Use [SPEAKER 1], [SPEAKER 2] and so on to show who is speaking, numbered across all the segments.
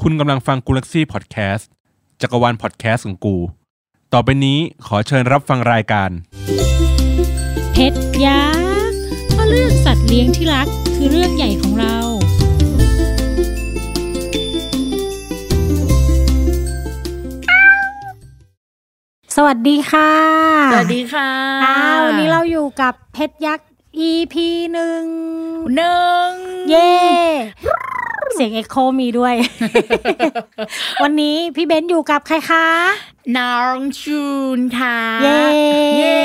[SPEAKER 1] คุณกำลังฟังกูลักซี่พอดแคสต์จักรวาลพอดแคสต์ของกู ต่อไปนี้ขอเชิญรับฟังรายการ
[SPEAKER 2] เพชรยักษ์เพราะเรื่องสัตว์เลี้ยงที่รักคือเรื่องใหญ่ของเรา
[SPEAKER 3] สวัสดีค่ะ
[SPEAKER 4] สวัสดีค่ะ
[SPEAKER 3] ค่ะวันนี้เราอยู่กับเพชรยักษ์ EP หนึ่ง
[SPEAKER 4] หนึ่ง
[SPEAKER 3] เย้ เสียงเอ็กโคมีด้วย วันนี้พี่เบนซ์อยู่กับใครคะ
[SPEAKER 4] น้องจูนค่ะ
[SPEAKER 3] เย้
[SPEAKER 4] เย้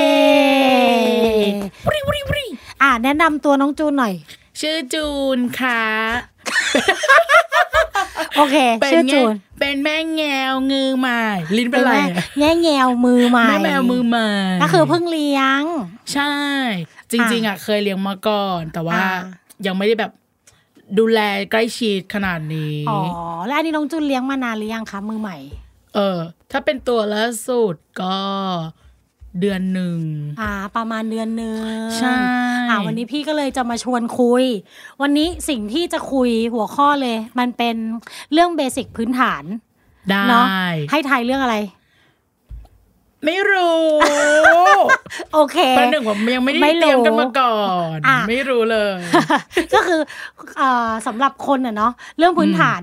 [SPEAKER 3] ปริปริปริอ่ะแนะนำตัวน้องจูนหน่อย
[SPEAKER 4] ชื่อจูนค่ะ
[SPEAKER 3] โอเค
[SPEAKER 4] เป็น
[SPEAKER 3] ชื่อ
[SPEAKER 4] ไง
[SPEAKER 3] จูน
[SPEAKER 4] เป็นแม่แงวงือใหม่ลิ้นเป็นไรอะ
[SPEAKER 3] แง่แงวมือใหม่
[SPEAKER 4] แม่แมวมือใหม่
[SPEAKER 3] ก็คือเพิ่งเลี้ยง
[SPEAKER 4] ใช่ จริง ๆอ่ะเคยเลี้ยงมาก่อน แต่ว่า
[SPEAKER 3] อ่า
[SPEAKER 4] ยังไม่ได้แบบดูแลใกล้ชิดขนาดนี้
[SPEAKER 3] อ๋อ แล้วอันนี้น้องจูนเลี้ยงมานานหรือยังคะมือใหม่
[SPEAKER 4] เออ ถ้าเป็นตัวล่าสุดก็เดือนหนึ่ง
[SPEAKER 3] อ่า ประมาณเดือนหนึ่ง
[SPEAKER 4] ใช่
[SPEAKER 3] อ่าวันนี้พี่ก็เลยจะมาชวนคุย วันนี้สิ่งที่จะคุยหัวข้อเลย มันเป็นเรื่องเบสิกพื้นฐาน
[SPEAKER 4] ได้
[SPEAKER 3] เนาะให้ทายเรื่องอะไร
[SPEAKER 4] ไม่รู้
[SPEAKER 3] โอเค
[SPEAKER 4] ประหนึ่งผมยังไม่ได้
[SPEAKER 3] ไม่รู้
[SPEAKER 4] เตรียมกันมาก่อน
[SPEAKER 3] อ่ะ
[SPEAKER 4] ไม่รู้เลย
[SPEAKER 3] ก็คือเอ่อสำหรับคนอ่ะเนาะเรื่องพื้นฐาน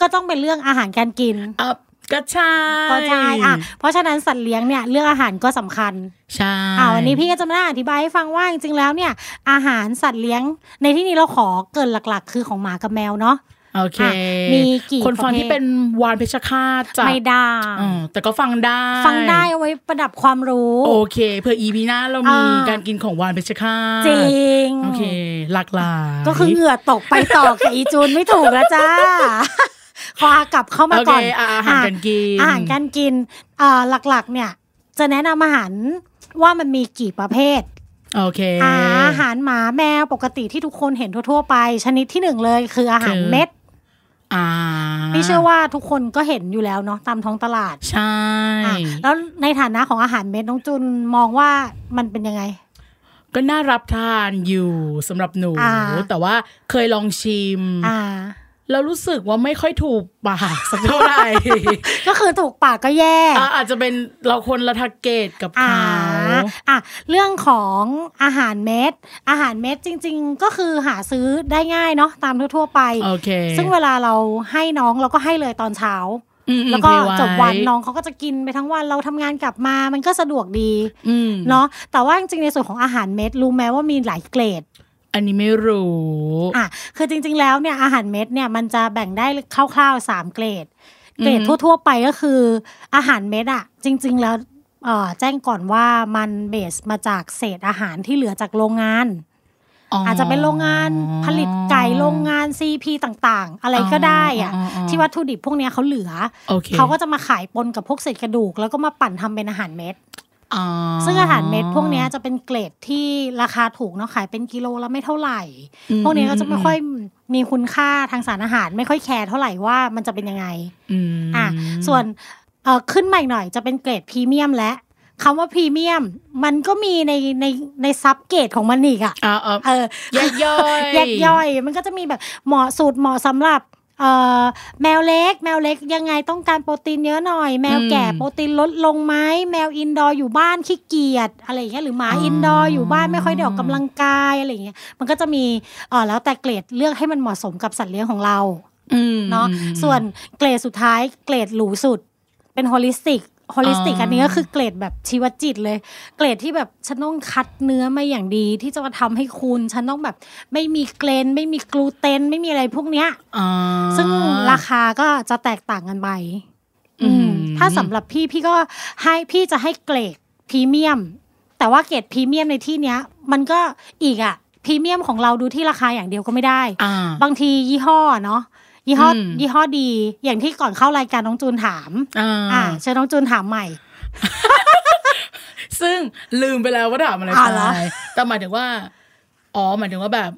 [SPEAKER 3] ก็ต้องเป็นเรื่องอาหารการกิน
[SPEAKER 4] อ่ะก็ใช่
[SPEAKER 3] ก็ใช่อ่ะเพราะฉะนั้นสัตว์เลี้ยงเนี่ยเรื่องอาหารก็สำคัญ
[SPEAKER 4] ใช่
[SPEAKER 3] อ่าวันนี้พี่ก็จะมาอธิบายให้ฟังว่าจริงๆแล้วเนี่ย อาหารสัตว์เลี้ยงในที่นี้เราขอเกรินหลักๆ คือของหมากับแมวเนาะ
[SPEAKER 4] โอเค
[SPEAKER 3] อ่ะมีกี่
[SPEAKER 4] คนฟั
[SPEAKER 3] ประ
[SPEAKER 4] ง
[SPEAKER 3] เภท
[SPEAKER 4] ที่เป็นวานเพชรฆาตจ้ะ
[SPEAKER 3] ไม่ได้
[SPEAKER 4] เออแต่ก็ฟังได้
[SPEAKER 3] ฟังได้เอาไว้ประดับความรู้
[SPEAKER 4] โอเคเพื่ออีพีหน้าเรามี
[SPEAKER 3] อ่า
[SPEAKER 4] การกินของวานเพชรฆาต
[SPEAKER 3] จริง
[SPEAKER 4] โอเค หลากหลาย
[SPEAKER 3] ก็คือเหงื่อตกไปต่อกับอีจูนไม่ถูกแล้ว จ้า ขอกลับเข้ามา
[SPEAKER 4] โอเค
[SPEAKER 3] ก่อน
[SPEAKER 4] อ่ะอาหารกันกิน
[SPEAKER 3] อาหารการกินเอ่อหลักๆ เนี่ย จะแนะนำอาหารว่ามันมีกี่ประเภท
[SPEAKER 4] โอเค
[SPEAKER 3] อาหารหมาแมวปกติที่ทุกคนเห็นทั่วๆไป ชนิดที่หนึ่งเลยคืออาหาร
[SPEAKER 4] คือ
[SPEAKER 3] เม็ด
[SPEAKER 4] อ่า
[SPEAKER 3] นี่เชื่อว่าทุกคนก็เห็นอยู่แล้วเนาะตามท้องตลาด
[SPEAKER 4] ใช่
[SPEAKER 3] อ่ะแล้วในฐานะของอาหารเม็ดน้องจุนมองว่ามันเป็นยังไง
[SPEAKER 4] ก็น่ารับทานอยู่สำหรับหนู
[SPEAKER 3] อ่า
[SPEAKER 4] แต่ว่าเคยลองชิม
[SPEAKER 3] อ่า
[SPEAKER 4] เรารู้สึกว่าไม่ค่อยถูกปากสักเท่าไหร่
[SPEAKER 3] ก็คือถูกปากก็แย่
[SPEAKER 4] อ่ะอาจจะเป็นเราคนละทาร์เกตกับ
[SPEAKER 3] อ่า
[SPEAKER 4] เขา
[SPEAKER 3] อ่ะเรื่องของอาหารเม็ด อาหารเม็ดจริง ๆ ก็คือหาซื้อได้ง่ายเนาะตามทั่วๆไป
[SPEAKER 4] โอเค
[SPEAKER 3] ซึ่งเวลาเราให้น้องเราก็ให้เลยตอนเช้า
[SPEAKER 4] อืมอืม
[SPEAKER 3] แล้วก็
[SPEAKER 4] พี่ไ
[SPEAKER 3] จบวันน้องเขาก็จะกินไปทั้งวันเราทำงานกลับมามันก็สะดวกดี
[SPEAKER 4] อืม
[SPEAKER 3] เนาะแต่ว่าจริงๆในส่วนของอาหารเม็ดรู้ไหมว่ามีหลายเกรด
[SPEAKER 4] อันนี้ไม่รู้
[SPEAKER 3] อ่ะคือจริงๆ แล้วเนี่ยอาหารเม็ดเนี่ยมันจะแบ่งได้คร่าวๆสามเกรด เกรด
[SPEAKER 4] อือฮึ
[SPEAKER 3] ทั่วๆ ไปก็คืออาหารเม็ดอ่ะจริงๆ แล้วเอ่อแจ้งก่อนว่ามันเบสมาจากเศษอาหารที่เหลือจากโรงงาน อาจจะเป็นโรงงานผลิตไก่โรงงานซีพีต่างๆ อะไรก็ได้อ่ะที่วัตถุดิบพวกเนี้ยเขาเหลือ
[SPEAKER 4] โอเค
[SPEAKER 3] เขาก็จะมาขายปนกับพวกเศษกระดูก แล้วก็มาปั่นทำเป็นอาหารเม็ด
[SPEAKER 4] อ๋อ
[SPEAKER 3] ซึ่งอาหารเม็ดพวกเนี้ยจะเป็นเกรดที่ราคาถูกเนาะขายเป็นกิโลละไม่เท่าไหร่
[SPEAKER 4] อืม
[SPEAKER 3] พวกเนี้ยก็จะไม่ค่อยมีคุณค่าทางสารอาหารไม่ค่อยแคร์เท่าไหร่ว่ามันจะเป็นยังไง
[SPEAKER 4] อืม
[SPEAKER 3] อ่ะ ส่วนเออขึ้นใหม่หน่อยจะเป็นเกรดพรีเมียมและคำว่าพรีเมียม มันก็มีในในในซับเกรดของมันอีกอะ
[SPEAKER 4] อ่ะอ่ะ
[SPEAKER 3] เออ
[SPEAKER 4] แยกย่อย
[SPEAKER 3] แยกย่อย มันก็จะมีแบบเหมาะสูตรเหมาะสำหรับเอ่อแมวเล็ก แมวเล็กยังไงต้องการโปรตีนเยอะหน่อย แมวแก่โปรตีนลดลงไหมแมวอินดอร์อยู่บ้านขี้เกียจอะไรอย่างเงี้ยหรือหมาอินดอร์อยู่บ้านไม่ค่อยได้ออกกำลังกายอะไรอย่างเงี้ยมันก็จะมีเออแล้วแต่เกรดเลือกให้มันเหมาะสมกับสัตว์เลี้ยงของเรา
[SPEAKER 4] อืม
[SPEAKER 3] เนาะส่วนเกรดสุดท้ายเกรดหรูสุด เป็นฮอลิสติกฮอลิสติก
[SPEAKER 4] อ๋ออั
[SPEAKER 3] อันนี้ก็คือเกรดแบบชีวจิตเลย เกรดที่แบบฉันต้องคัดเนื้อมาอย่างดีที่จะมาทำให้คุณ ฉันต้องแบบไม่มีเกรนไม่มีกลูเตนไม่มีอะไรพวกเนี้ย
[SPEAKER 4] อ่า
[SPEAKER 3] ซึ่งราคาก็จะแตกต่างกันไป
[SPEAKER 4] อืม
[SPEAKER 3] อืมถ้าสำหรับพี่พี่ก็ให้พี่จะให้เกรดพรีเมียม แต่ว่าเกรดพรีเมียมในที่เนี้ย มันก็อีกอะพรีเมียมของเราดูที่ราคาอย่างเดียวก็ไม่ได้
[SPEAKER 4] อ่า
[SPEAKER 3] บางทียี่ห้อเนาะยี่ห้ออ
[SPEAKER 4] ม
[SPEAKER 3] ยี่ห้อดี อย่างที่ก่อนเข้ารายการน้องจูนถาม
[SPEAKER 4] อ่
[SPEAKER 3] อ่า
[SPEAKER 4] า
[SPEAKER 3] เชิญน้องจูนถามใหม่
[SPEAKER 4] ซึ่งลืมไปแล้วว่าถามอะไร
[SPEAKER 3] อ้าวเหรอ
[SPEAKER 4] ไปแต่หมายถึงว่า อ๋อหมายถึงว่าแบบ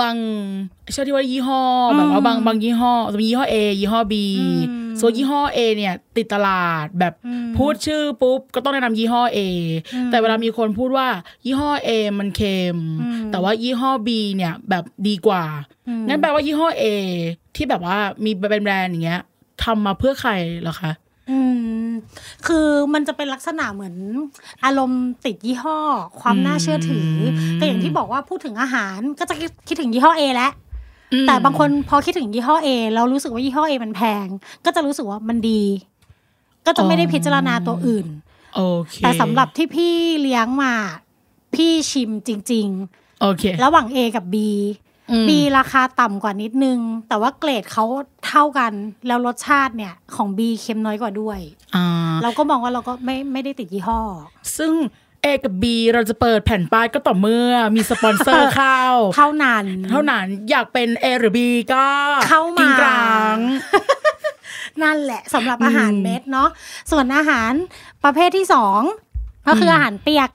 [SPEAKER 4] บางเชื่อที่ว่ายี่ห้ออแบบว่าบางบางยี่ห้อจะมียี่ห้อ A ยี่ห้อ B ส่วนยี่ห้อ A เนี่ย ติดตลาดแบบพูดชื่อปุ๊บก็ต้องแนะนำยี่ห้อ A แต่เวลามีคนพูดว่า ยี่ห้อ A มันเค็มแต่ว่ายี่ห้อ B เนี่ยแบบดีกว่างั้นแปลว่ายี่ห้อ A ที่แบบว่ามีเป็นแบรนด์อย่างเงี้ยทำมาเพื่อใครเหรอคะ
[SPEAKER 3] อืมคือมันจะเป็นลักษณะเหมือน อารมณ์ติดยี่ห้อ ความน่าเชื่อถืออ
[SPEAKER 4] ม
[SPEAKER 3] แต่อย่างที่บอกว่าพูดถึงอาหารก็จะคิดถึงยี่ห้อ A แล้ว
[SPEAKER 4] อืม
[SPEAKER 3] แต่บางคนพอคิดถึงยี่ห้อ A แล้วรู้สึกว่ายี่ห้อ A มันแพง ก็จะรู้สึกว่ามันดี ก็จะไม่ได้พิจารณาตัวอื่น
[SPEAKER 4] โอเค
[SPEAKER 3] แต่สำหรับที่พี่เลี้ยงมา พี่ชิมจริง
[SPEAKER 4] โอเค
[SPEAKER 3] ๆ ระหว่าง A กับ B
[SPEAKER 4] อืม
[SPEAKER 3] B ราคาต่ำกว่านิดนึง แต่ว่าเกรดเขาเท่ากัน แล้วรสชาติเนี่ยของ B เค็มน้อยกว่าด้วย
[SPEAKER 4] อ่า
[SPEAKER 3] เราก็มองว่าเราก็ไม่ไม่ได้ติดยี่ห้อ
[SPEAKER 4] ซึ่ง A กับ B เราจะเปิดแผ่นป้ายก็ต่อเมื่อมีสปอนเซอร์เข้า
[SPEAKER 3] เท่านั้น
[SPEAKER 4] เท่านั้นอยากเป็น A หรือ B ก็
[SPEAKER 3] เข้ามา
[SPEAKER 4] กินกลาง
[SPEAKER 3] นั่นแหละสำหรับอาหารเม็ดเนาะส่วนอาหารประเภทที่สองก็คือออาหารเปียก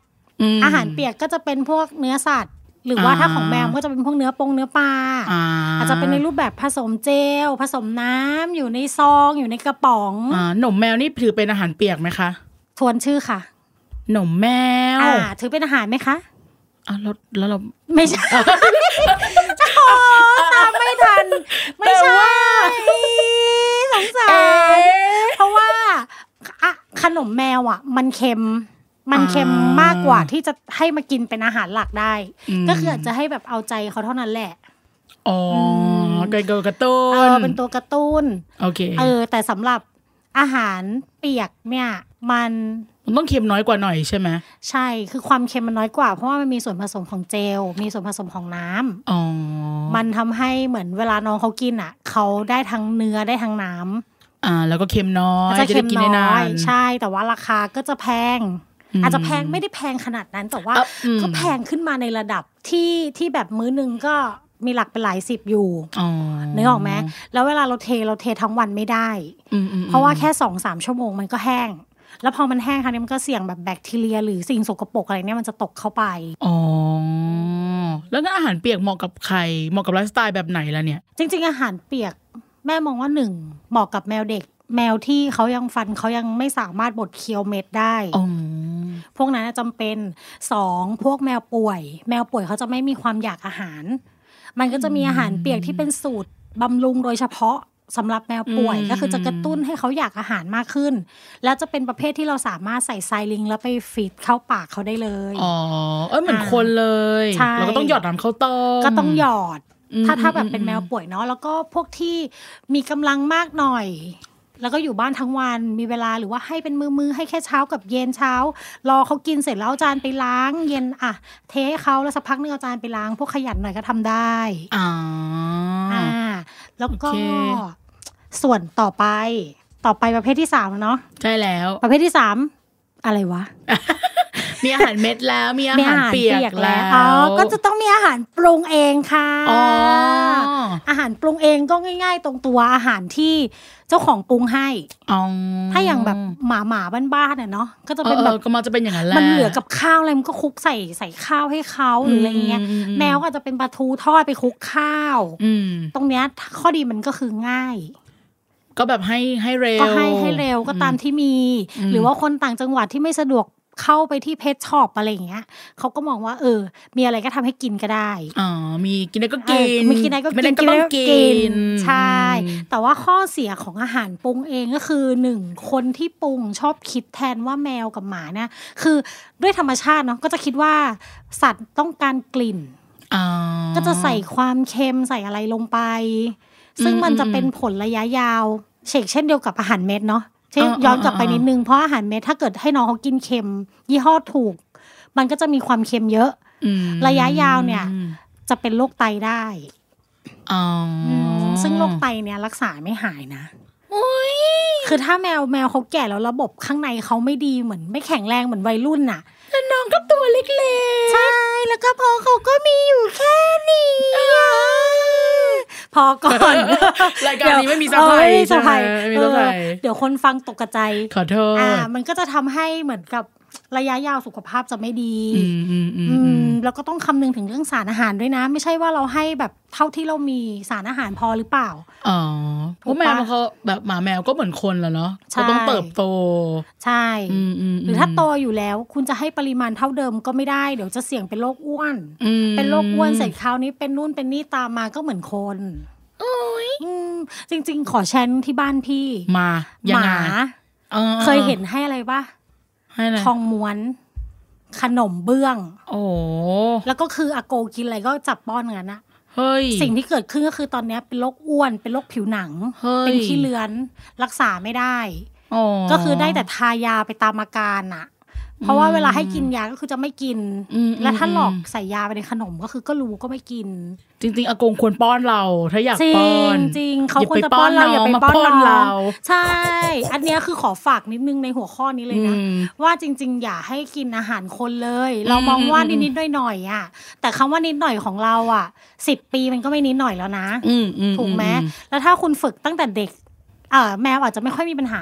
[SPEAKER 4] ม
[SPEAKER 3] อาหารเปียกก็จะเป็นพวกเนื้อสัตว์ หรือว่า
[SPEAKER 4] อ่า
[SPEAKER 3] ถ้าของแมวก็จะเป็นพวกเนื้อปงเนื้อปลา
[SPEAKER 4] อ่า
[SPEAKER 3] อาจจะเป็นในรูปแบบผสมเจล ผสมน้ำอยู่ในซองอยู่ในกระป๋อง
[SPEAKER 4] อ่าหนมแมวนี่ถือเป็นอาหารเปียกไหมคะ
[SPEAKER 3] ทวนชื่อค่ะ
[SPEAKER 4] หนมแมว
[SPEAKER 3] อ่าถือเป็นอาหารไหมคะ
[SPEAKER 4] อ่าแล้วแล้วเรา
[SPEAKER 3] ไม่ใช่ โอ้ตามไม่ทัน ไม่ใช่สงสาร เพราะว่าอะขนมแมวอ่ะ มันเค็ม มันเค็ม
[SPEAKER 4] อ่าม
[SPEAKER 3] มากกว่าที่จะให้มากินเป็นอาหารหลักได้
[SPEAKER 4] ม
[SPEAKER 3] ก็คืออาจจะให้แบบเอาใจเขาเท่านั้นแหละ
[SPEAKER 4] อ๋อเกินเกินกระตุ้
[SPEAKER 3] เอน อเป็นตัวการ์ตูน
[SPEAKER 4] โอเค
[SPEAKER 3] เออ แต่สำหรับอาหารเปียกเนี่ย มัน
[SPEAKER 4] มันต้องเค็มน้อยกว่าหน่อยใช่ไหม
[SPEAKER 3] ใช่คือความเค็มมันน้อยกว่า เพราะว่ามันมีส่วนผสมของเจล มีส่วนผสมของน้ำ
[SPEAKER 4] อ๋อ
[SPEAKER 3] มันทำให้เหมือนเวลาน้องเขากินอ่ะ เขาได้ทั้งเนื้อได้ทั้งน้
[SPEAKER 4] อ่า แล้วก็เค็มน้อ
[SPEAKER 3] ำ
[SPEAKER 4] ย
[SPEAKER 3] จะเค็ม
[SPEAKER 4] ได้กินได้
[SPEAKER 3] น้
[SPEAKER 4] นา
[SPEAKER 3] อย
[SPEAKER 4] น
[SPEAKER 3] ใช่ แต่ว่าราคาก็จะแพง
[SPEAKER 4] อืม
[SPEAKER 3] อาจจะแพงไม่ได้แพงขนาดนั้นแต่ว่า
[SPEAKER 4] อ่ะอืม
[SPEAKER 3] ก็แพงขึ้นมาในระดับที่ที่แบบมื้อหนึงก็มีหลักเป็นหลายสิบอยู่
[SPEAKER 4] อ๋อ
[SPEAKER 3] นึกออกไหมแล้วเวลาเราเทเราเททั้งวันไม่ได้
[SPEAKER 4] อืมอืม
[SPEAKER 3] เพราะว่าแค่สองสามชั่วโมงมันก็แห้ง แล้วพอมันแห้งคราวนี้มันก็เสี่ยงแบบแบคทีเรีย หรือสิ่งสกปรกอะไรเนี่ยมันจะตกเข้าไป
[SPEAKER 4] อ๋อแล้วงั้นอาหารเปียกเหมาะกับใครเหมาะกับไลฟ์สไตล์แบบไหนล่ะเนี่ย
[SPEAKER 3] จริง ๆ อาหารเปียกแม่มองว่าหนึ่งเหมาะกับแมวเด็ก แมวที่เขายังฟันเขายังไม่สามารถบดเคี้ยวเม็ดได้
[SPEAKER 4] อ๋อ
[SPEAKER 3] พวกนั้นน่ะจำเป็นสองพวกแมวป่วย แมวป่วยเขาจะไม่มีความอยากอาหาร มันก็จะมีอาหารเปียกที่เป็นสูตรบำรุงโดยเฉพาะสำหรับแมวป่วย
[SPEAKER 4] อืม
[SPEAKER 3] ก็คือจะกระตุ้นให้เขาอยากอาหารมากขึ้น แล้วจะเป็นประเภทที่เราสามารถใส่ไซลิง แล้วไปฟีดเข้าปากเขาได้เลย
[SPEAKER 4] อ๋อ เอ้ยเหมือนคนเลย
[SPEAKER 3] ใช่
[SPEAKER 4] เราก็ต้องหยอดน้ำข้าวต้ม
[SPEAKER 3] ก็ต้องหยอด
[SPEAKER 4] อืม
[SPEAKER 3] ถ้าถ้าแบบ
[SPEAKER 4] อืม
[SPEAKER 3] เป็นแมวป่วยเนาะแล้วก็พวกที่มีกำลังมากหน่อย แล้วก็อยู่บ้านทั้งวันมีเวลาหรือว่าให้เป็นมือมือๆให้แค่เช้ากับเย็นเช้า รอเขากินเสร็จแล้วเอาจานไปล้าง เย็นอ่ะ เทให้เขาแล้วสักพักนึงเอาจานไปล้าง พวกขยันหน่อยก็ทำได้
[SPEAKER 4] อ่า
[SPEAKER 3] อ่าแล้วก็
[SPEAKER 4] โอเค
[SPEAKER 3] ส่วนต่อไป ต่อไปประเภทที่สามแล้วเนาะ
[SPEAKER 4] ใช่แล้ว
[SPEAKER 3] ประเภทที่สามอะไรวะ
[SPEAKER 4] มีอาหารเม็ดแล้ว มีอาหารเปียกแล้ว
[SPEAKER 3] อ๋อก็จะต้องมีอาหารปรุงเองค่ะ
[SPEAKER 4] อ๋อ
[SPEAKER 3] อาหารปรุงเองก็ง่าย ๆ ตรงตัวอาหารที่เจ้าของปรุงให้
[SPEAKER 4] อ๋อ
[SPEAKER 3] ถ้าอย่างแบบหมาหมาๆบ้านๆน่ะเนาะก็จะ
[SPEAKER 4] เอ
[SPEAKER 3] เป็
[SPEAKER 4] อน เอ
[SPEAKER 3] แบ
[SPEAKER 4] อบ ก็มันจะเป็นอย่างนั้นแหละ
[SPEAKER 3] มันเหลือกับข้าวอะไรมันก็คลุกใส่ใส่ข้าวให้เขาหรืออะไรเงี้ย
[SPEAKER 4] อืมอืมอืม
[SPEAKER 3] แมวก็อาจจะเป็นปลาทูทอดไปคลุกข้าว
[SPEAKER 4] อืม
[SPEAKER 3] ตรงเนี้ยข้อดีมันก็คือง่าย
[SPEAKER 4] ก็แบบให้ให้เร็ว
[SPEAKER 3] ก็ให้ให้เร็วก็ตามที่มี
[SPEAKER 4] อืม
[SPEAKER 3] หรือว่าคนต่างจังหวัดที่ไม่สะดวกเข้าไปที่เพจช็อปอะไรอย่างเงี้ยเขาก็มองว่าเออ มีอะไรก็ทำให้กินก็ได้
[SPEAKER 4] อ๋อ มีกินได้ก็
[SPEAKER 3] เอ
[SPEAKER 4] กิ
[SPEAKER 3] อน ไม่กินอะไรก็กิน
[SPEAKER 4] ไม่ได้ก็ต้องกิน
[SPEAKER 3] ใช่ แต่ว่าข้อเสียของอาหารปรุงเองก็คือหนึ่งคนที่ปรุงชอบคิดแทนว่าแมวกับหมาเนี่ยคือด้วยธรรมชาติเนาะก็จะคิดว่า สัตว์ต้องการกลิ่น
[SPEAKER 4] อ๋อ
[SPEAKER 3] ก็จะใส่ความเค็มใส่อะไรลงไป ซึ่ง
[SPEAKER 4] อืม
[SPEAKER 3] มันจะ
[SPEAKER 4] อืม
[SPEAKER 3] เป็นผลระยะยาวเชกเช่นเดียวกับอาหารเม็ดเนาะเช่น
[SPEAKER 4] อ่า
[SPEAKER 3] ย้อนกลับไป
[SPEAKER 4] อ่าอ่านิ
[SPEAKER 3] นิดนึงเพราะอาหารเม็ดถ้าเกิดให้น้องเขากินเค็ม ยี่ห้อถูก มันก็จะมีความเค็มเยอะ
[SPEAKER 4] อืม
[SPEAKER 3] ระยะยาวเนี่ย จะเป็นโรคไตได้
[SPEAKER 4] อ๋ออ
[SPEAKER 3] ซึ่งโรคไตเนี่ยรักษาไม่หายนะคือถ้าแมวแมวเขาแก่แล้วระบบข้างในเขาไม่ดีเหมือน ไม่แข็งแรงเหมือนวัยรุ่นน่ะ
[SPEAKER 4] น้องก็ตัวเล็ก
[SPEAKER 3] ใช่ แล้วก็พอเขาก็มีอยู่แค่นี้อะพอก่อน
[SPEAKER 4] ๆ รายการนี้ไม่มีสะพา
[SPEAKER 3] เออย ไม่มีสะ
[SPEAKER 4] ใช่ไหม
[SPEAKER 3] พาย
[SPEAKER 4] ไม่มีสะพาย
[SPEAKER 3] เออเดี๋ยวคนฟังตกกระใจ
[SPEAKER 4] ขอโทษ
[SPEAKER 3] อ่า มันก็จะทำให้เหมือนกับระยะยาวสุขภาพจะไม่ดี
[SPEAKER 4] อืมอืมอืม
[SPEAKER 3] อื
[SPEAKER 4] อื
[SPEAKER 3] ม
[SPEAKER 4] ม
[SPEAKER 3] แล้วก็ต้องคำนึงถึงเรื่องสารอาหารด้วยนะ ไม่ใช่ว่าเราให้แบบเท่าที่เรามีสารอาหารพอหรือเปล่า
[SPEAKER 4] อ๋อเพ
[SPEAKER 3] ถูก
[SPEAKER 4] ราะ
[SPEAKER 3] ปะ
[SPEAKER 4] แมวมันเขาแบบหมาแมวก็เหมือนคนแหละเนาะ
[SPEAKER 3] ใช่
[SPEAKER 4] ก็ต้องเติบโต
[SPEAKER 3] ใช่
[SPEAKER 4] อืมอืม
[SPEAKER 3] หรือถ้าโตอยู่แล้วคุณจะให้ปริมาณเท่าเดิมก็ไม่ได้ เดี๋ยวจะเสี่ยงเป็นโรคอ้วน
[SPEAKER 4] อืม
[SPEAKER 3] เป็นโรคอ้วนเสร็จคราวนี้เป็นนู่นเป็นนี่ตามมาก็เหมือนคน อืมจริง ๆ ขอแชนที่บ้านพี่
[SPEAKER 4] มายัง
[SPEAKER 3] หมา
[SPEAKER 4] ไงออ
[SPEAKER 3] เคยเห็นให้อะไรปะ
[SPEAKER 4] ให้อะไร
[SPEAKER 3] ทองม้วน ขนมเบื้อง
[SPEAKER 4] โอ้โห
[SPEAKER 3] แล้วก็คืออาโกกินอะไรก็จับป้อนกันนะ
[SPEAKER 4] เฮ้ย
[SPEAKER 3] สิ่งที่เกิดขึ้นก็คือตอนเนี้ยเป็นโรคอ้วน เป็นโรคผิวหนัง
[SPEAKER 4] เฮ้ย
[SPEAKER 3] เป็นขี้เลือนรักษาไม่ได้
[SPEAKER 4] อ๋อ
[SPEAKER 3] ก็คือได้แต่ทายาไปตามอาการอะเพราะว่าเวลาให้กินยาก็คือจะไม่กิน
[SPEAKER 4] อืม
[SPEAKER 3] และถ้าหลอก
[SPEAKER 4] อืม
[SPEAKER 3] ใส่ยาไปในขนมก็คือก็รู้ก็ไม่กิน
[SPEAKER 4] จริงๆอากงควรป้อนเรา ถ้าอยาก
[SPEAKER 3] จริ
[SPEAKER 4] ป้อง น
[SPEAKER 3] จริงเขาควรจะป้อนเราอย่าไป
[SPEAKER 4] ม
[SPEAKER 3] ป้อนเรา
[SPEAKER 4] เรา
[SPEAKER 3] ใช่ อันเนี้ยคือขอฝากนิดนึงในหัวข้อนี้เลยนะ
[SPEAKER 4] อืม
[SPEAKER 3] ว่าจริง ๆ อย่าให้กินอาหารคนเลย เรามองว่า
[SPEAKER 4] อืม
[SPEAKER 3] นิดๆหน่อยๆอ่ะ แต่คำว่านิดหน่อยของเราอ่ะสิบปีมันก็ไม่นิดหน่อยแล้วนะ
[SPEAKER 4] อืมอือื
[SPEAKER 3] ถูกไหมแล้วถ้าคุณฝึกตั้งแต่เด็กเอ่อแมวอาจจะไม่ค่อยมีปัญหา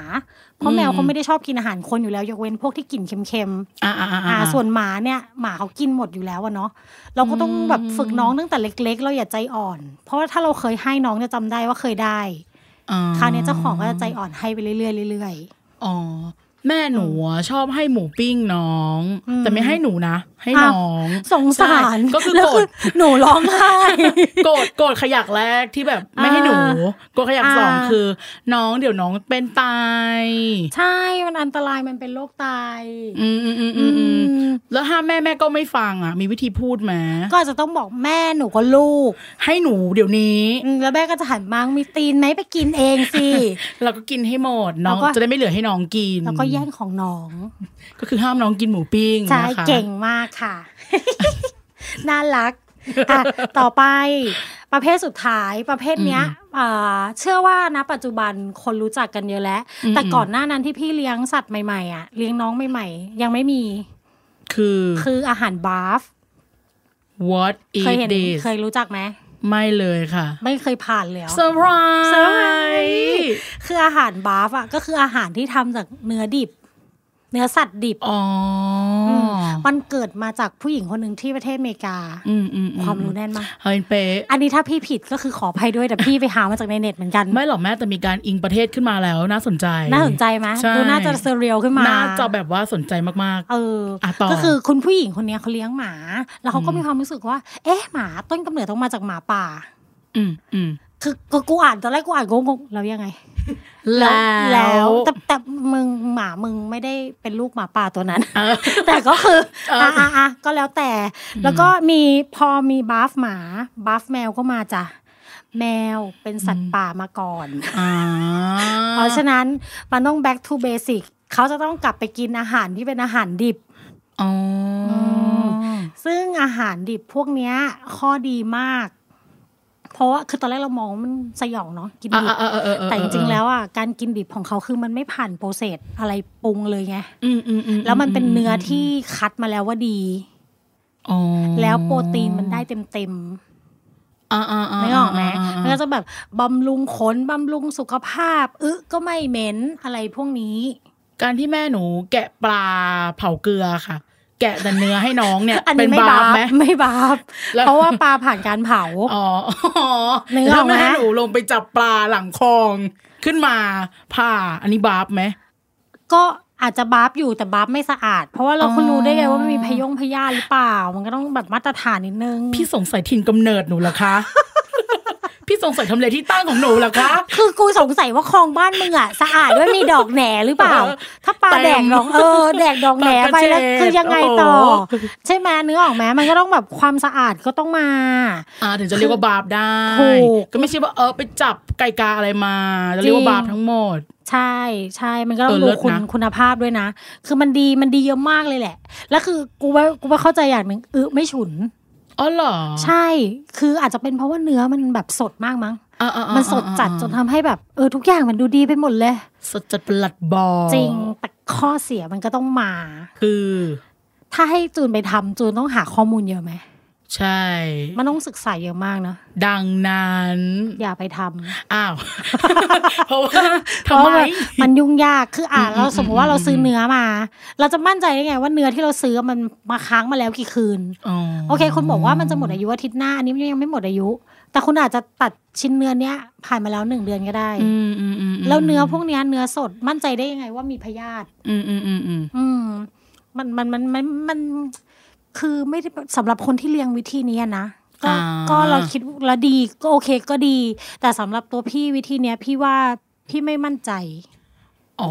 [SPEAKER 3] เพราะแมว
[SPEAKER 4] อืม
[SPEAKER 3] เขาไม่ได้ชอบกินอาหารคนอยู่แล้วยกเว้นพวกที่กลิ่นเค็มๆ
[SPEAKER 4] อ่าอ่าอ่า
[SPEAKER 3] อ่าส่วนหมาเนี่ยหมาเขากินหมดอยู่แล้วอะเนาะเราก็ต้องแบบฝึกน้องตั้งแต่เล็ก ๆ เราอย่าใจอ่อน เพราะว่าถ้าเราเคยให้น้องเนี่ยจำได้ว่าเคยได้
[SPEAKER 4] อ่
[SPEAKER 3] คราวเนี้ยเจ้าของก็จะใจอ่อนให้ไปเรื่อยๆเรื่อย
[SPEAKER 4] อ๋อแม่หนูอะชอบให้หมูปิ้งน้อง
[SPEAKER 3] อืม
[SPEAKER 4] แต่ไม่ให้หนูนะ ให้
[SPEAKER 3] อ้าว
[SPEAKER 4] น้อง
[SPEAKER 3] ๆสงสาร
[SPEAKER 4] ใช่ก็คือ
[SPEAKER 3] แล้ว
[SPEAKER 4] โกรธ
[SPEAKER 3] หนูร้องไห้
[SPEAKER 4] โกรธโกรธขยักแรกที่แบบไม่ให้หนู
[SPEAKER 3] อ่า
[SPEAKER 4] โกรธขยักสอง
[SPEAKER 3] อ่า
[SPEAKER 4] คือ น้องเดี๋ยวน้องเป็นตาย
[SPEAKER 3] ใช่ มันอันตรายมันเป็นโรคไต
[SPEAKER 4] อืมอืมอืมอืมอืมแล้วห้ามแม่แม่ก็ไม่ฟังอ่ะ มีวิธีพูดไหม
[SPEAKER 3] ก็อาจจะต้องบอกแม่หนูก็ลูก
[SPEAKER 4] ให้หนูเดี๋ยวนี้
[SPEAKER 3] อืมแล้วแม่ก็จะหันมามีตีนไหมไปกินเองสิ
[SPEAKER 4] เราก็กินให้หมดน้อง
[SPEAKER 3] แล้วก็
[SPEAKER 4] จะได้ไม่เหลือให้น้องกิน
[SPEAKER 3] แล้วก็แย่งของน้อง
[SPEAKER 4] ก็คือห้ามน้องกินหมูปิ้ง
[SPEAKER 3] ใช่
[SPEAKER 4] นะคะ
[SPEAKER 3] เก่งมากค่ะ น่ารักอ่ะต่อไปประเภทสุดท้ายประเภทเนี้ยเอ่อเชื่อว่านะปัจจุบันคนรู้จักกันเยอะแล้ว แต่ก่อนหน้านั้นที่พี่เลี้ยงสัตว์ใหม่ๆอ่ะเลี้ยงน้องใหม่ๆ ยังไม่มี
[SPEAKER 4] คือ
[SPEAKER 3] คืออาหารบาฟ
[SPEAKER 4] what
[SPEAKER 3] เคย
[SPEAKER 4] is
[SPEAKER 3] เห็น
[SPEAKER 4] this
[SPEAKER 3] เคยรู้จักไหม
[SPEAKER 4] ไม่เลยค่ะ
[SPEAKER 3] ไม่เคยผ่านเลยเหรอ
[SPEAKER 4] เซอร์ไพร
[SPEAKER 3] เซอร์ไพร
[SPEAKER 4] ส์
[SPEAKER 3] คืออาหารบาฟอ่ะก็คืออาหารที่ทำจากเนื้อดิบ เนื้อสัตว์ดิบ
[SPEAKER 4] อ๋ออ
[SPEAKER 3] มันเกิดมาจากผู้หญิงคนหนึ่งที่ประเทศอเมริกา
[SPEAKER 4] อืมอืมอื
[SPEAKER 3] ความรู้แน่นมาก
[SPEAKER 4] เฮ้ยเป๊ะ
[SPEAKER 3] อันนี้ถ้าพี่ผิดก็คือขออภัยด้วยแต่พี่ ไปหามาจากในเน็ตเหมือนกัน
[SPEAKER 4] ไม่หรอกแม่แต่มีการอิงประเทศขึ้นมาแล้วน่าสนใจ
[SPEAKER 3] น่าสนใจไหม
[SPEAKER 4] ใช่
[SPEAKER 3] ดูน่าจะเซเรียลขึ้นมา
[SPEAKER 4] น่าจะแบบว่าสนใจมาก
[SPEAKER 3] เอออะ
[SPEAKER 4] ต่อ
[SPEAKER 3] ก็คือคุณผู้หญิงคนเนี้ยเขาเลี้ยงหมา แล้วเขาก็มีความรู้สึกว่า เอ๊ะหมาต้นกำเนิดต้องมาจากหมาป่า
[SPEAKER 4] ๆ อืมอืม
[SPEAKER 3] คือกูกูอ่านตอนแรกกูอ่านงงๆแล้วยังไง
[SPEAKER 4] แล้ว
[SPEAKER 3] แต่แต่มึงหมามึงไม่ได้เป็นลูกหมาป่าตัวนั้น
[SPEAKER 4] เออ
[SPEAKER 3] แต่ก็คือ
[SPEAKER 4] เอออ่
[SPEAKER 3] อ่ะอ่ะอ่ะก็แล้วแต่ แล้วก็มีพอมีบัฟหมาบัฟแมวก็มาจ้ะแมวเป็นสัตว์ป่ามาก่อน
[SPEAKER 4] อ่า
[SPEAKER 3] เพราะฉะนั้นมันต้อง back to basic เขาจะต้องกลับไปกินอาหารที่เป็นอาหารดิบ
[SPEAKER 4] อ๋ออ
[SPEAKER 3] ม ซึ่งอาหารดิบพวกเนี้ยข้อดีมาก เพราะว่าคือตอนแรกเรามองว่ามันสยองเนาะกิน
[SPEAKER 4] อ่ะ
[SPEAKER 3] ดิบ
[SPEAKER 4] อ่ะอ่ะอ่ะอ่ะ
[SPEAKER 3] แต่จริงๆแล้วอ่ะการกินดิบของเขาคือมันไม่ผ่านโปรเซสอะไรปรุงเลยไง
[SPEAKER 4] อืมอืมอืม
[SPEAKER 3] แล้วมันเป็นเนื้อที่คัดมาแล้วว่าดี
[SPEAKER 4] อ๋อ
[SPEAKER 3] แล้วโปรตีนมันได้เต็มๆ
[SPEAKER 4] อ่ะอ่ะอ่ะ
[SPEAKER 3] นึกออกไหม
[SPEAKER 4] อ่ะอ่ะ
[SPEAKER 3] มัน
[SPEAKER 4] อ่ะ
[SPEAKER 3] ก็จะแบบบำรุงขน บำรุงสุขภาพ อึก็ไม่เหม็นอะไรพวกนี้
[SPEAKER 4] การที่แม่หนูแกะปลาเผาเกลือค่ะ แกะแต่เนื้อให้น้องเนี่ย
[SPEAKER 3] อัน
[SPEAKER 4] เป็
[SPEAKER 3] นี้
[SPEAKER 4] น
[SPEAKER 3] ไม่
[SPEAKER 4] บา
[SPEAKER 3] บา
[SPEAKER 4] ป
[SPEAKER 3] ป
[SPEAKER 4] ไหม
[SPEAKER 3] ไม่บาป
[SPEAKER 4] แล้ว
[SPEAKER 3] เพราะว่าปลาผ่านการเผา
[SPEAKER 4] อ๋อ
[SPEAKER 3] นึกอ
[SPEAKER 4] แล้
[SPEAKER 3] อ
[SPEAKER 4] ว
[SPEAKER 3] กไหม
[SPEAKER 4] แม่หนูลงไปจับปลาหลังคลองขึ้นมาผ่าอันนี้บาปไหม
[SPEAKER 3] ก็อาจจะบาปอยู่แต่บาปไม่สะอาด เพราะว่าเรา
[SPEAKER 4] อ๋อ
[SPEAKER 3] คุณรู้ได้ไงว่ามันมีพยงพยาธิหรือเปล่า มันก็ต้องแบบมาตรฐานนิดนึง
[SPEAKER 4] พี่สงสัยถิ่นกำเนิดหนูเหรอคะ พี่สงสัยทำเลที่ตั้งของหนูเหรอคะ
[SPEAKER 3] คือกูสงสัยว่าคลองบ้านมึงอะสะอาดด้วยมีดอกแหน่หรือเปล่า
[SPEAKER 4] เออ
[SPEAKER 3] ถ้าปลา
[SPEAKER 4] เต็ม
[SPEAKER 3] แดกดอกเออแดกดอกแหน่
[SPEAKER 4] ปลาก
[SPEAKER 3] ไประ
[SPEAKER 4] เจด
[SPEAKER 3] แล้วคือยังไงต่อ
[SPEAKER 4] โอ้โห
[SPEAKER 3] ใช่ไหมนึกออกไหมมันก็ต้องแบบความสะอาดก็ต้องมา
[SPEAKER 4] อ่าถึงจะเรียกว่าบาปได้
[SPEAKER 3] ถูก
[SPEAKER 4] ก็ไม่ใช่ว่าเออไปจับไก่กาอะไรมาจะเรียก
[SPEAKER 3] จริ
[SPEAKER 4] ว่าง บาปทั้งหมด
[SPEAKER 3] ใช่ใช่ มันก็ต้อ
[SPEAKER 4] เอ
[SPEAKER 3] ดู
[SPEAKER 4] งอเลิศ
[SPEAKER 3] คุณ
[SPEAKER 4] นะ
[SPEAKER 3] คุณภาพด้วยนะ คือมันดีมันดีเยอะมากเลยแหละ แล้วคือกูว่ากูว่าเข้าใจอย่างหนึ่งอึไม่ฉุน
[SPEAKER 4] อ๋อเหรอ
[SPEAKER 3] ใช่ คืออาจจะเป็นเพราะว่าเนื้อมันแบบสดมากมั้ง
[SPEAKER 4] อ่ะอ่ะอ่ะ
[SPEAKER 3] มันสดจัดจนทำให้แบบเออทุกอย่างมันดูดีไปหมดเลย
[SPEAKER 4] สดจัดประหลัดบอ
[SPEAKER 3] จริงแต่ข้อเสียมันก็ต้องมา
[SPEAKER 4] คือ
[SPEAKER 3] ถ้าให้จูนไปทำจูนต้องหาข้อมูลเยอะไหม
[SPEAKER 4] ใช่
[SPEAKER 3] มันต้องศึกษาเยอะมากเนาะ
[SPEAKER 4] ดังนั้น
[SPEAKER 3] อย่าไปทำ
[SPEAKER 4] อ้าว เพราะว่าทำ
[SPEAKER 3] เพ
[SPEAKER 4] ไม
[SPEAKER 3] ราะว่ามันยุ่งยากคืออ่านเราสมมติว่าเราซื้อเนื้อมา เราจะมั่นใจได้ไงว่าเนื้อที่เราซื้อมันมาค้างมาแล้วกี่คืน
[SPEAKER 4] อ๋อ
[SPEAKER 3] โอเคคุณบอกว่ามันจะหมดอายุอาทิตย์หน้า อันนี้มันยังไม่หมดอายุ แต่คุณอาจจะตัดชิ้นเนื้อเนี้ยผ่านมาแล้วหนึ่งเดือนก็ได้
[SPEAKER 4] อืมอืมอืมม
[SPEAKER 3] แล้วเนื้อพวกเนี้ยเนื้อสดมั่นใจได้ยังไงว่ามีพยาธิ
[SPEAKER 4] อืมอืมอืมอืม
[SPEAKER 3] อืม มันมันมันมันมัน คือไม่ได้สำหรับคนที่เลี้ยงวิธีนี้อะนะ ก็
[SPEAKER 4] อ่า
[SPEAKER 3] ก็เราคิดและดีก็โอเคก็ดี แต่สำหรับตัวพี่วิธีเนี้ยพี่ว่าพี่ไม่มั่นใจ
[SPEAKER 4] อ๋อ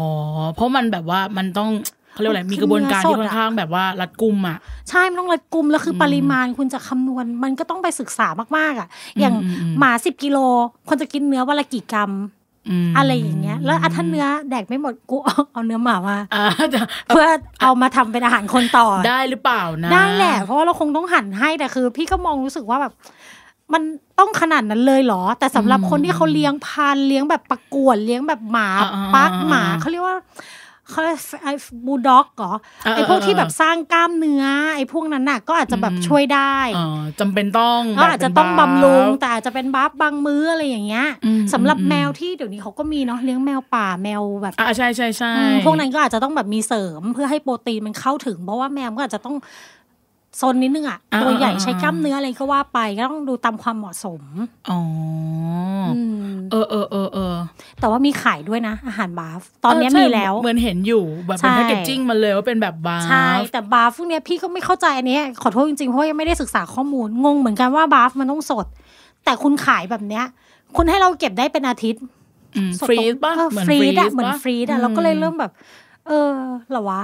[SPEAKER 4] เพราะมันแบบว่ามันต้องเขาเรียกว่าอะไรมีกระบวนการที่ค่อนข้างแบบว่ารัดกุมอ่ะ
[SPEAKER 3] ใช่มันต้องรัดกุมแล้วคือปริมาณคุณจะคำนวณ มันก็ต้องไปศึกษามากๆอ่ะ อย่าง
[SPEAKER 4] อืมอืม
[SPEAKER 3] หมาสิบกิโลคนจะกินเนื้อวันละกี่กรัม
[SPEAKER 4] ม
[SPEAKER 3] อะไรอย่างเงี้ย แล้วอ่ะถ้าเนื้อแดกไม่หมดกูเอา เอาเนื้อหมามา
[SPEAKER 4] อ่าจะ
[SPEAKER 3] เพื่อเอามาทำเป็นอาหารคนต่อ
[SPEAKER 4] ได้หรือเปล่านะ
[SPEAKER 3] ได้แหละ เพราะว่าเราคงต้องหั่นให้แต่คือ พี่ก็มองรู้สึกว่าแบบ มันต้องขนาดนั้นเลยเหรอ แต่สำหรับ
[SPEAKER 4] อืม
[SPEAKER 3] คนที่เขาเลี้ยงพันธุ์เลี้ยงแบบประกวดเลี้ยงแบบหมา
[SPEAKER 4] อ่าอ่าอ่า
[SPEAKER 3] ปักหมาเขาเรียกว่าเขาเรียกไอ้บูลด็อกเหรอ
[SPEAKER 4] อ่า
[SPEAKER 3] ไอ้พวก
[SPEAKER 4] อ่า
[SPEAKER 3] ที่แบบสร้างกล้ามเนื้อ ไอ้พวกนั้นน่ะ ก็อาจจะแบบ
[SPEAKER 4] อืม
[SPEAKER 3] ช่วยได้
[SPEAKER 4] อ๋อจำเป็นต้อง
[SPEAKER 3] ก็อาจจะต้องบำรุง
[SPEAKER 4] แต่
[SPEAKER 3] แต่อาจจะเป็นบัฟบางมื้ออะไรอย่างเงี้ย
[SPEAKER 4] อืม
[SPEAKER 3] สำหรับ
[SPEAKER 4] อืม
[SPEAKER 3] แมวที่เดี๋ยวนี้เขาก็มีเนาะเลี้ยงแมวป่าแมวแบบ
[SPEAKER 4] อ่าใช่ใช่ใช่
[SPEAKER 3] อืมพวกนั้นก็อาจจะต้องแบบมีเสริมเพื่อให้โปรตีนมันเข้าถึง เพราะว่าแมวก็อาจจะต้องซนนิดนึงอ่ะ
[SPEAKER 4] อ่า
[SPEAKER 3] ตัวใหญ่
[SPEAKER 4] อ่า
[SPEAKER 3] ใช้กล้ามเนื้ออะไรก็ว่าไปก็ต้องดูตามความเหมาะสม
[SPEAKER 4] อ๋ออ
[SPEAKER 3] ม
[SPEAKER 4] เออเออเออเออ
[SPEAKER 3] แต่ว่ามีขายด้วยนะ อาหารบาฟตอนเนี้ย
[SPEAKER 4] เใช่
[SPEAKER 3] มีแล้ว
[SPEAKER 4] เหมือนเห็นอยู่แบบเป็น
[SPEAKER 3] ใช่
[SPEAKER 4] แพคเกจจิ้งมันเลยว่าเป็นแบบบาร์
[SPEAKER 3] ใช่ แต่บาฟพวกเนี้ยพี่ก็ไม่เข้าใจอันเนี้ยขอโทษจริงๆเพราะว่ายังไม่ได้ศึกษาข้อมูลงงเหมือนกันว่าบาฟมันต้องสด แต่คุณขายแบบเนี้ยคุณให้เราเก็บได้เป็นอาทิตย์สด
[SPEAKER 4] ฟรีดป่ะ
[SPEAKER 3] เออ
[SPEAKER 4] เหมือน
[SPEAKER 3] ฟรีด
[SPEAKER 4] ป
[SPEAKER 3] อะเหมือนฟรีดอะเราก็เลยเริ่มแบบ เออเหรอวะ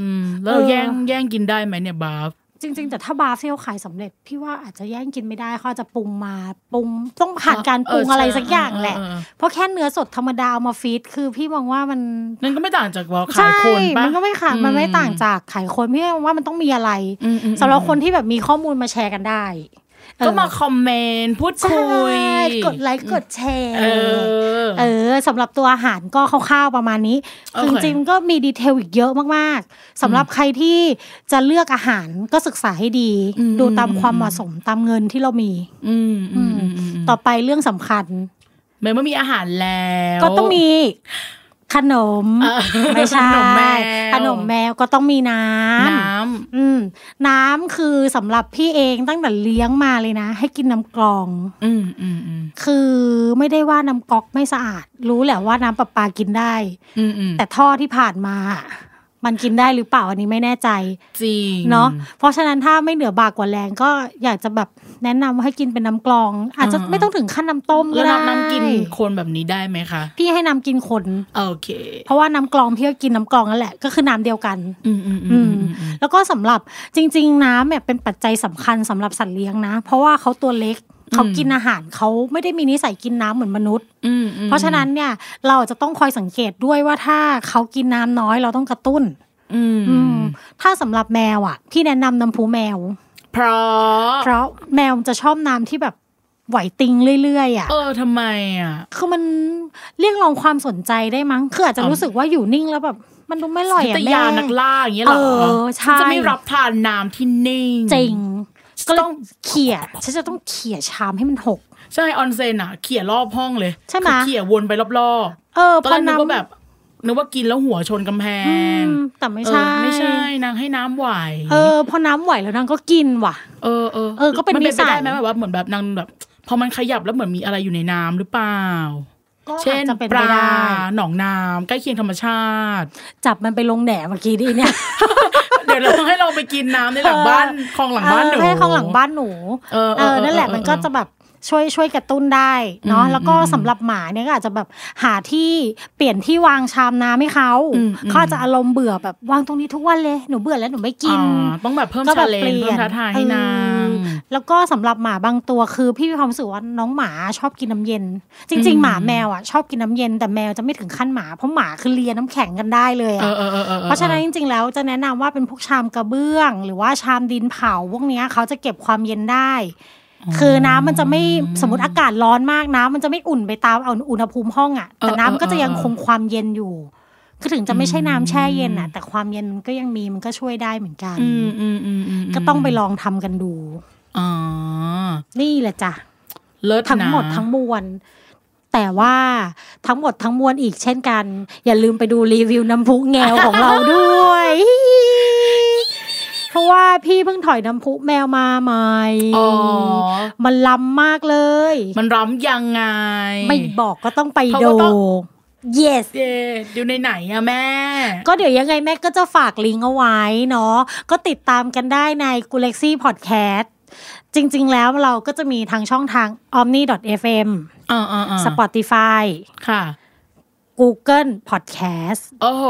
[SPEAKER 4] อืมแล้วเรา
[SPEAKER 3] เออ
[SPEAKER 4] แย่งแย่งกินได้ไหมเนี่ยบาร์
[SPEAKER 3] จริงๆ แต่ถ้าบาร์เซลขายสำเร็จ พี่ว่าอาจจะแย่งกินไม่ได้เขาอาจจะปรุงมาปรุงต้องผ่านการปรุงอะไรสักอย่างแหละ
[SPEAKER 4] เออเออ
[SPEAKER 3] เพราะแค่เนื้อสดธรรมดาเอามาฟีดคือพี่มองว่ามัน
[SPEAKER 4] นั่นก็ไม่ต่างจากว่าขายคนปะ
[SPEAKER 3] มันก็ไม่ขาด
[SPEAKER 4] อืม
[SPEAKER 3] มันไม่ต่างจากขายคนพี่มองว่ามันต้องมีอะไร
[SPEAKER 4] อืมอืม
[SPEAKER 3] สำหรับคนที่แบบมีข้อมูลมาแชร์กันได้เออ
[SPEAKER 4] ก็มาคอมเมนต์พูด
[SPEAKER 3] ใช่
[SPEAKER 4] คุย
[SPEAKER 3] กดไลค์กดแชร์
[SPEAKER 4] เออ
[SPEAKER 3] เออสำหรับตัวอาหารก็คร่าวๆประมาณนี้คือจ
[SPEAKER 4] โอเค
[SPEAKER 3] ริงๆก็มีดีเทลอีกเยอะมากๆสำหรับใครที่จะเลือกอาหารก็ศึกษาให้ดี ดูตามความเหมาะสมตามเงินที่เรามี
[SPEAKER 4] อืมอืมอืมอืม
[SPEAKER 3] ต่อไปเรื่องสำคัญ
[SPEAKER 4] เมื่อมีอาหารแล้ว
[SPEAKER 3] ก็ต้องมีขนม
[SPEAKER 4] เออ
[SPEAKER 3] ไม่ใช่
[SPEAKER 4] ขนมแมว
[SPEAKER 3] ขนมแมวก็ต้องมีน้ำ
[SPEAKER 4] น้
[SPEAKER 3] อืมน้ำคือสำหรับพี่เองตั้งแต่เลี้ยงมาเลยนะ ให้กินน้ำกรอง
[SPEAKER 4] ำอืมอืมอืม
[SPEAKER 3] คือไม่ได้ว่าน้ำก๊อกไม่สะอาด รู้แหละว่าน้ำประปากินได้
[SPEAKER 4] อืมอืม
[SPEAKER 3] แต่ท่อที่ผ่านมา มันกินได้หรือเปล่าอันนี้ไม่แน่ใจ
[SPEAKER 4] จริง
[SPEAKER 3] เนาะเพราะฉะนั้นถ้าไม่เหนือบากกว่าแรงก็อยากจะแบบแนะนำว่าให้กินเป็นน้ำกรอง อาจจะไม่ต้องถึงขั้นน้ำต้ม
[SPEAKER 4] แล้
[SPEAKER 3] ก็
[SPEAKER 4] ว
[SPEAKER 3] ได้
[SPEAKER 4] น้ำน้ำกินคนแบบนี้ได้ไหมคะ
[SPEAKER 3] พี่ให้น้ำกินคน
[SPEAKER 4] โอเค
[SPEAKER 3] เพราะว่าน้ำกรองพี่ก็กินน้ำกรองนั่นแหละก็คือน้ำเดียวกัน
[SPEAKER 4] อืมอืมอืมอืมอืม
[SPEAKER 3] แล้วก็สำหรับจริง ๆ น้ำเนี่ยเป็นปัจจัยสำคัญสำหรับสัตว์เลี้ยงนะ เพราะว่าเขาตัวเล็กเขากินอาหารเขาไม่ได้มีนิสัยกินน้ำเหมือนมนุษย์
[SPEAKER 4] อืมอืม
[SPEAKER 3] เพราะฉะนั้นเนี่ยเราจะต้องคอยสังเกตด้วยว่าถ้าเขากินน้ำน้อยเราต้องกระตุ้น
[SPEAKER 4] อืม
[SPEAKER 3] อืมถ้าสำหรับแมวอ่ะพี่แนะนำน้ำพุแมว
[SPEAKER 4] เพราะ
[SPEAKER 3] เพราะแมวมันจะชอบน้ำที่แบบไหวติงเรื่อยๆอ่ะ
[SPEAKER 4] เออทำไมอ่ะ
[SPEAKER 3] คือมันเรียกร้องความสนใจได้มั้ง คืออาจจะ
[SPEAKER 4] อ๋อ
[SPEAKER 3] รู้สึกว่าอยู่นิ่งแล้วแบบ มันดูไม่อร่อย
[SPEAKER 4] นิ
[SPEAKER 3] อ่ะ
[SPEAKER 4] ต
[SPEAKER 3] แม่
[SPEAKER 4] ยานักล่าอย่างเงี้ยเหรอ
[SPEAKER 3] เออใช่
[SPEAKER 4] ฉันจะไม่รับทานน้ำที่นิ่ง
[SPEAKER 3] จริง ก็เลย
[SPEAKER 4] ต้อง
[SPEAKER 3] เขี่ยฉันจะต้องเขี่ยชามให้มันหก
[SPEAKER 4] ใช่ออนเซนอ่ะเขี่ยรอบห้องเลย
[SPEAKER 3] ใช่ไหม
[SPEAKER 4] คือเขี่ยวนไปรอบ
[SPEAKER 3] เออ
[SPEAKER 4] ๆตอนแรกนึกว่า
[SPEAKER 3] น้ำ
[SPEAKER 4] แบบนึกว่ากินแล้วหัวชนกำแพ
[SPEAKER 3] อื
[SPEAKER 4] ง
[SPEAKER 3] มแต่ไม่
[SPEAKER 4] เอ
[SPEAKER 3] ใช่
[SPEAKER 4] อไม่ใช่นางให้น้ำไหว
[SPEAKER 3] เออพอน้ำไหวแล้วนางก็กินว่ะ
[SPEAKER 4] เออเออ
[SPEAKER 3] เออก็เป็น
[SPEAKER 4] มัเป็น
[SPEAKER 3] นิสั
[SPEAKER 4] ไป
[SPEAKER 3] ย
[SPEAKER 4] ได้ไหมแบบว่าเหมือนแบบนางแบบพอมันขยับแล้วเหมือนมีอะไรอยู่ในน้ำหรือเปล่า
[SPEAKER 3] ก็
[SPEAKER 4] เช่
[SPEAKER 3] อาจจะเป็น
[SPEAKER 4] ป
[SPEAKER 3] ไป
[SPEAKER 4] ลา
[SPEAKER 3] ได้
[SPEAKER 4] หนองน้ำใกล้เคียงธรรมชาติ
[SPEAKER 3] จับมันไปลงแหนเมื่อกี้ดีเนี่ย
[SPEAKER 4] เดี๋ยวเราให้เราไปกินน้ำในหลังบ้านคลองหลังบ้านหนู
[SPEAKER 3] เออให้ของหลังบ้านหนู
[SPEAKER 4] เออ
[SPEAKER 3] เอ
[SPEAKER 4] เออ
[SPEAKER 3] อนั่นแหละ
[SPEAKER 4] เออ
[SPEAKER 3] มันก็จะแบบช่วยช่วยกระตุ้นได้เนาะ
[SPEAKER 4] อืม
[SPEAKER 3] แล้วก็
[SPEAKER 4] อืม
[SPEAKER 3] สำหรับหมาเนี่ยก็อาจจะแบบหาที่เปลี่ยนที่วางชามน้ำให้เขา
[SPEAKER 4] อืมอืม
[SPEAKER 3] เขาอาจจะอารมณ์เบื่อแบบวางตรงนี้ทุกวันเลยหนูเบื่อแล้วหนูไม่กิน
[SPEAKER 4] อ่าต้องแบบเพิ่ม
[SPEAKER 3] ก็แบ
[SPEAKER 4] ชา
[SPEAKER 3] บ
[SPEAKER 4] เลน
[SPEAKER 3] เปลี่ยน
[SPEAKER 4] เพิ่มท้าทายให้นาง
[SPEAKER 3] เออ แล้วก็สำหรับหมาบางตัวคือพี่มีความรู้สึกว่าน้องหมาชอบกินน้ำเย็น จริง
[SPEAKER 4] อืม
[SPEAKER 3] ๆ หมาแมวอ่ะชอบกินน้ำเย็น แต่แมวจะไม่ถึงขั้นหมาเพราะหมาคือเลียน้ำแข็งกันได้เลย
[SPEAKER 4] เอ
[SPEAKER 3] อ่ะ
[SPEAKER 4] อเออเออออ
[SPEAKER 3] เพราะฉะนั้นจริง ๆ แล้วจะแนะนำว่าเป็นพวกชามกระเบื้อง หรือว่าชามดินเผาพวกเนี้ยเขาจะเก็บความเย็นได้ คือน้ำมันจะไม่สมมติอากาศร้อนมากน้ำมันจะไม่อุ่นไปตามเอาอุณหภูมิห้องอะ่ะ แต่
[SPEAKER 4] เออ
[SPEAKER 3] น้ำก็จะยัง
[SPEAKER 4] เออ
[SPEAKER 3] คงความเย็นอยู่ ก็ถึงจะไม่ใช่น้ำแช่เย็นอ่ะ
[SPEAKER 4] อืม
[SPEAKER 3] แต่ความเย็นมันก็ยังมีมันก็ช่วยได้เหมือนกัน
[SPEAKER 4] อืมอืมอืมม
[SPEAKER 3] ก็ต้องไปลองทำกันดู
[SPEAKER 4] อ๋อ
[SPEAKER 3] นี่แหละจ้ะ
[SPEAKER 4] เลิศนะ
[SPEAKER 3] ทั้งหมดทั้งมวล แต่ว่าทั้งหมดทั้งมวลอีกเช่นกัน อย่าลืมไปดูรีวิวน้ำพุแงวของเราด้วย เพราะว่าพี่เพิ่งถอยน้ำพุแมวมาใหม่
[SPEAKER 4] อ๋อ
[SPEAKER 3] มันล้ำมากเลย
[SPEAKER 4] มันร้ำยังไง
[SPEAKER 3] ไม่บอกก็ต้องไป
[SPEAKER 4] เขา
[SPEAKER 3] ดู
[SPEAKER 4] ก็ต้อง
[SPEAKER 3] yes
[SPEAKER 4] เจ๊ดูในไหนอะแม่
[SPEAKER 3] ก็เดี๋ยวยังไงแม่ก็จะฝากลิงก์เอาไว้เนาะ ก็ติดตามกันได้ใน g a l a x y Podcast จริง ๆ แล้วเราก็จะมีทางช่องทาง omni.fm
[SPEAKER 4] อ่าอ่าอ่า
[SPEAKER 3] Spotify
[SPEAKER 4] ค่ะ
[SPEAKER 3] Google Podcast
[SPEAKER 4] โอ้โห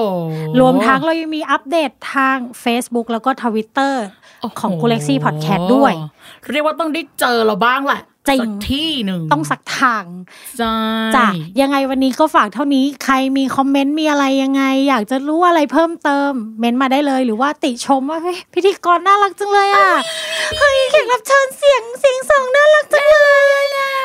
[SPEAKER 3] รวมทั้งเรายังมีอัปเดตทาง Facebook แล้วก็ Twitter
[SPEAKER 4] โโห
[SPEAKER 3] ของ Galaxy Podcast ด้วย
[SPEAKER 4] เรียกว่าต้องได้เจอเราบ้างแหละ
[SPEAKER 3] จริง
[SPEAKER 4] สักที่หนึ่ง
[SPEAKER 3] ต้องสักทาง
[SPEAKER 4] ใช่
[SPEAKER 3] จ้ะยังไงวันนี้ก็ฝากเท่านี้ใครมีคอมเมนต์มีอะไรยังไง อยากจะรู้อะไรเพิ่มเติม เม้นต์มาได้เลยหรือว่าติชมว่าเฮ้ยพิธีกรน่ารักจังเลยอ่ะเฮ้ยแขกรับเชิญเสียงเสียงสองน่ารักจังเลย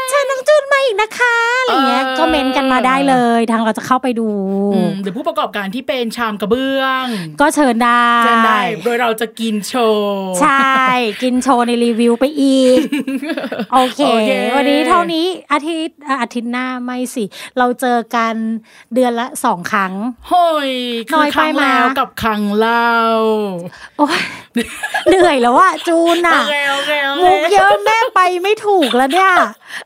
[SPEAKER 3] เชิญน้องจูนมาอีกนะคะอะไรเงี้ยก็เม้นต์กันมาได้เลย ทางเราจะเข้าไปดู
[SPEAKER 4] อืมหรือผู้ประกอบการที่เป็นชามกระเบื้อง
[SPEAKER 3] ก็เชิญได้
[SPEAKER 4] เจนได้ โดยเราจะกินโชว์
[SPEAKER 3] ใช่ กินโชว์ในรีวิวไปอี ก โอเค
[SPEAKER 4] โอเค
[SPEAKER 3] วันนี้เท่านี้อาทิตย์อ่ะอาทิตย์หน้าไม่สิ เราเจอกันเดือนละสองครั้ง
[SPEAKER 4] โฮ้ยคื
[SPEAKER 3] น้อย
[SPEAKER 4] อครั้ง
[SPEAKER 3] ไปมา
[SPEAKER 4] แล้วกับครั้งเล่า
[SPEAKER 3] โอ้ย เหนื่อยแล้วว่าจูน
[SPEAKER 4] โอ
[SPEAKER 3] อะ
[SPEAKER 4] เคโอเคโอ
[SPEAKER 3] มุก
[SPEAKER 4] เค
[SPEAKER 3] เยอะแม่ไปไม่ถูกแล้วเนี่ย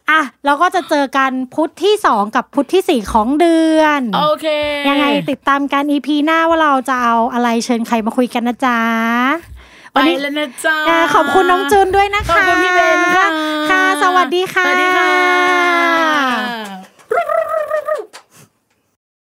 [SPEAKER 3] อ่ะ เราก็จะเจอกันพุธที่สองกับพุธที่สี่ของเดือน
[SPEAKER 4] โอเค
[SPEAKER 3] ยังไงติดตามกัน EP หน้าว่าเราจะเอาอะไรเชิญใครมาคุยกันนะจ๊ะ
[SPEAKER 4] ไปแล้วนะจ๊ะ
[SPEAKER 3] อ่าขอบคุณน้องจูนด้วยนะคะ
[SPEAKER 4] ขอบคุณพี่เบนค่ะ
[SPEAKER 3] ค่ะ สวัสดีค่ะ
[SPEAKER 4] สวัสดีค่ะ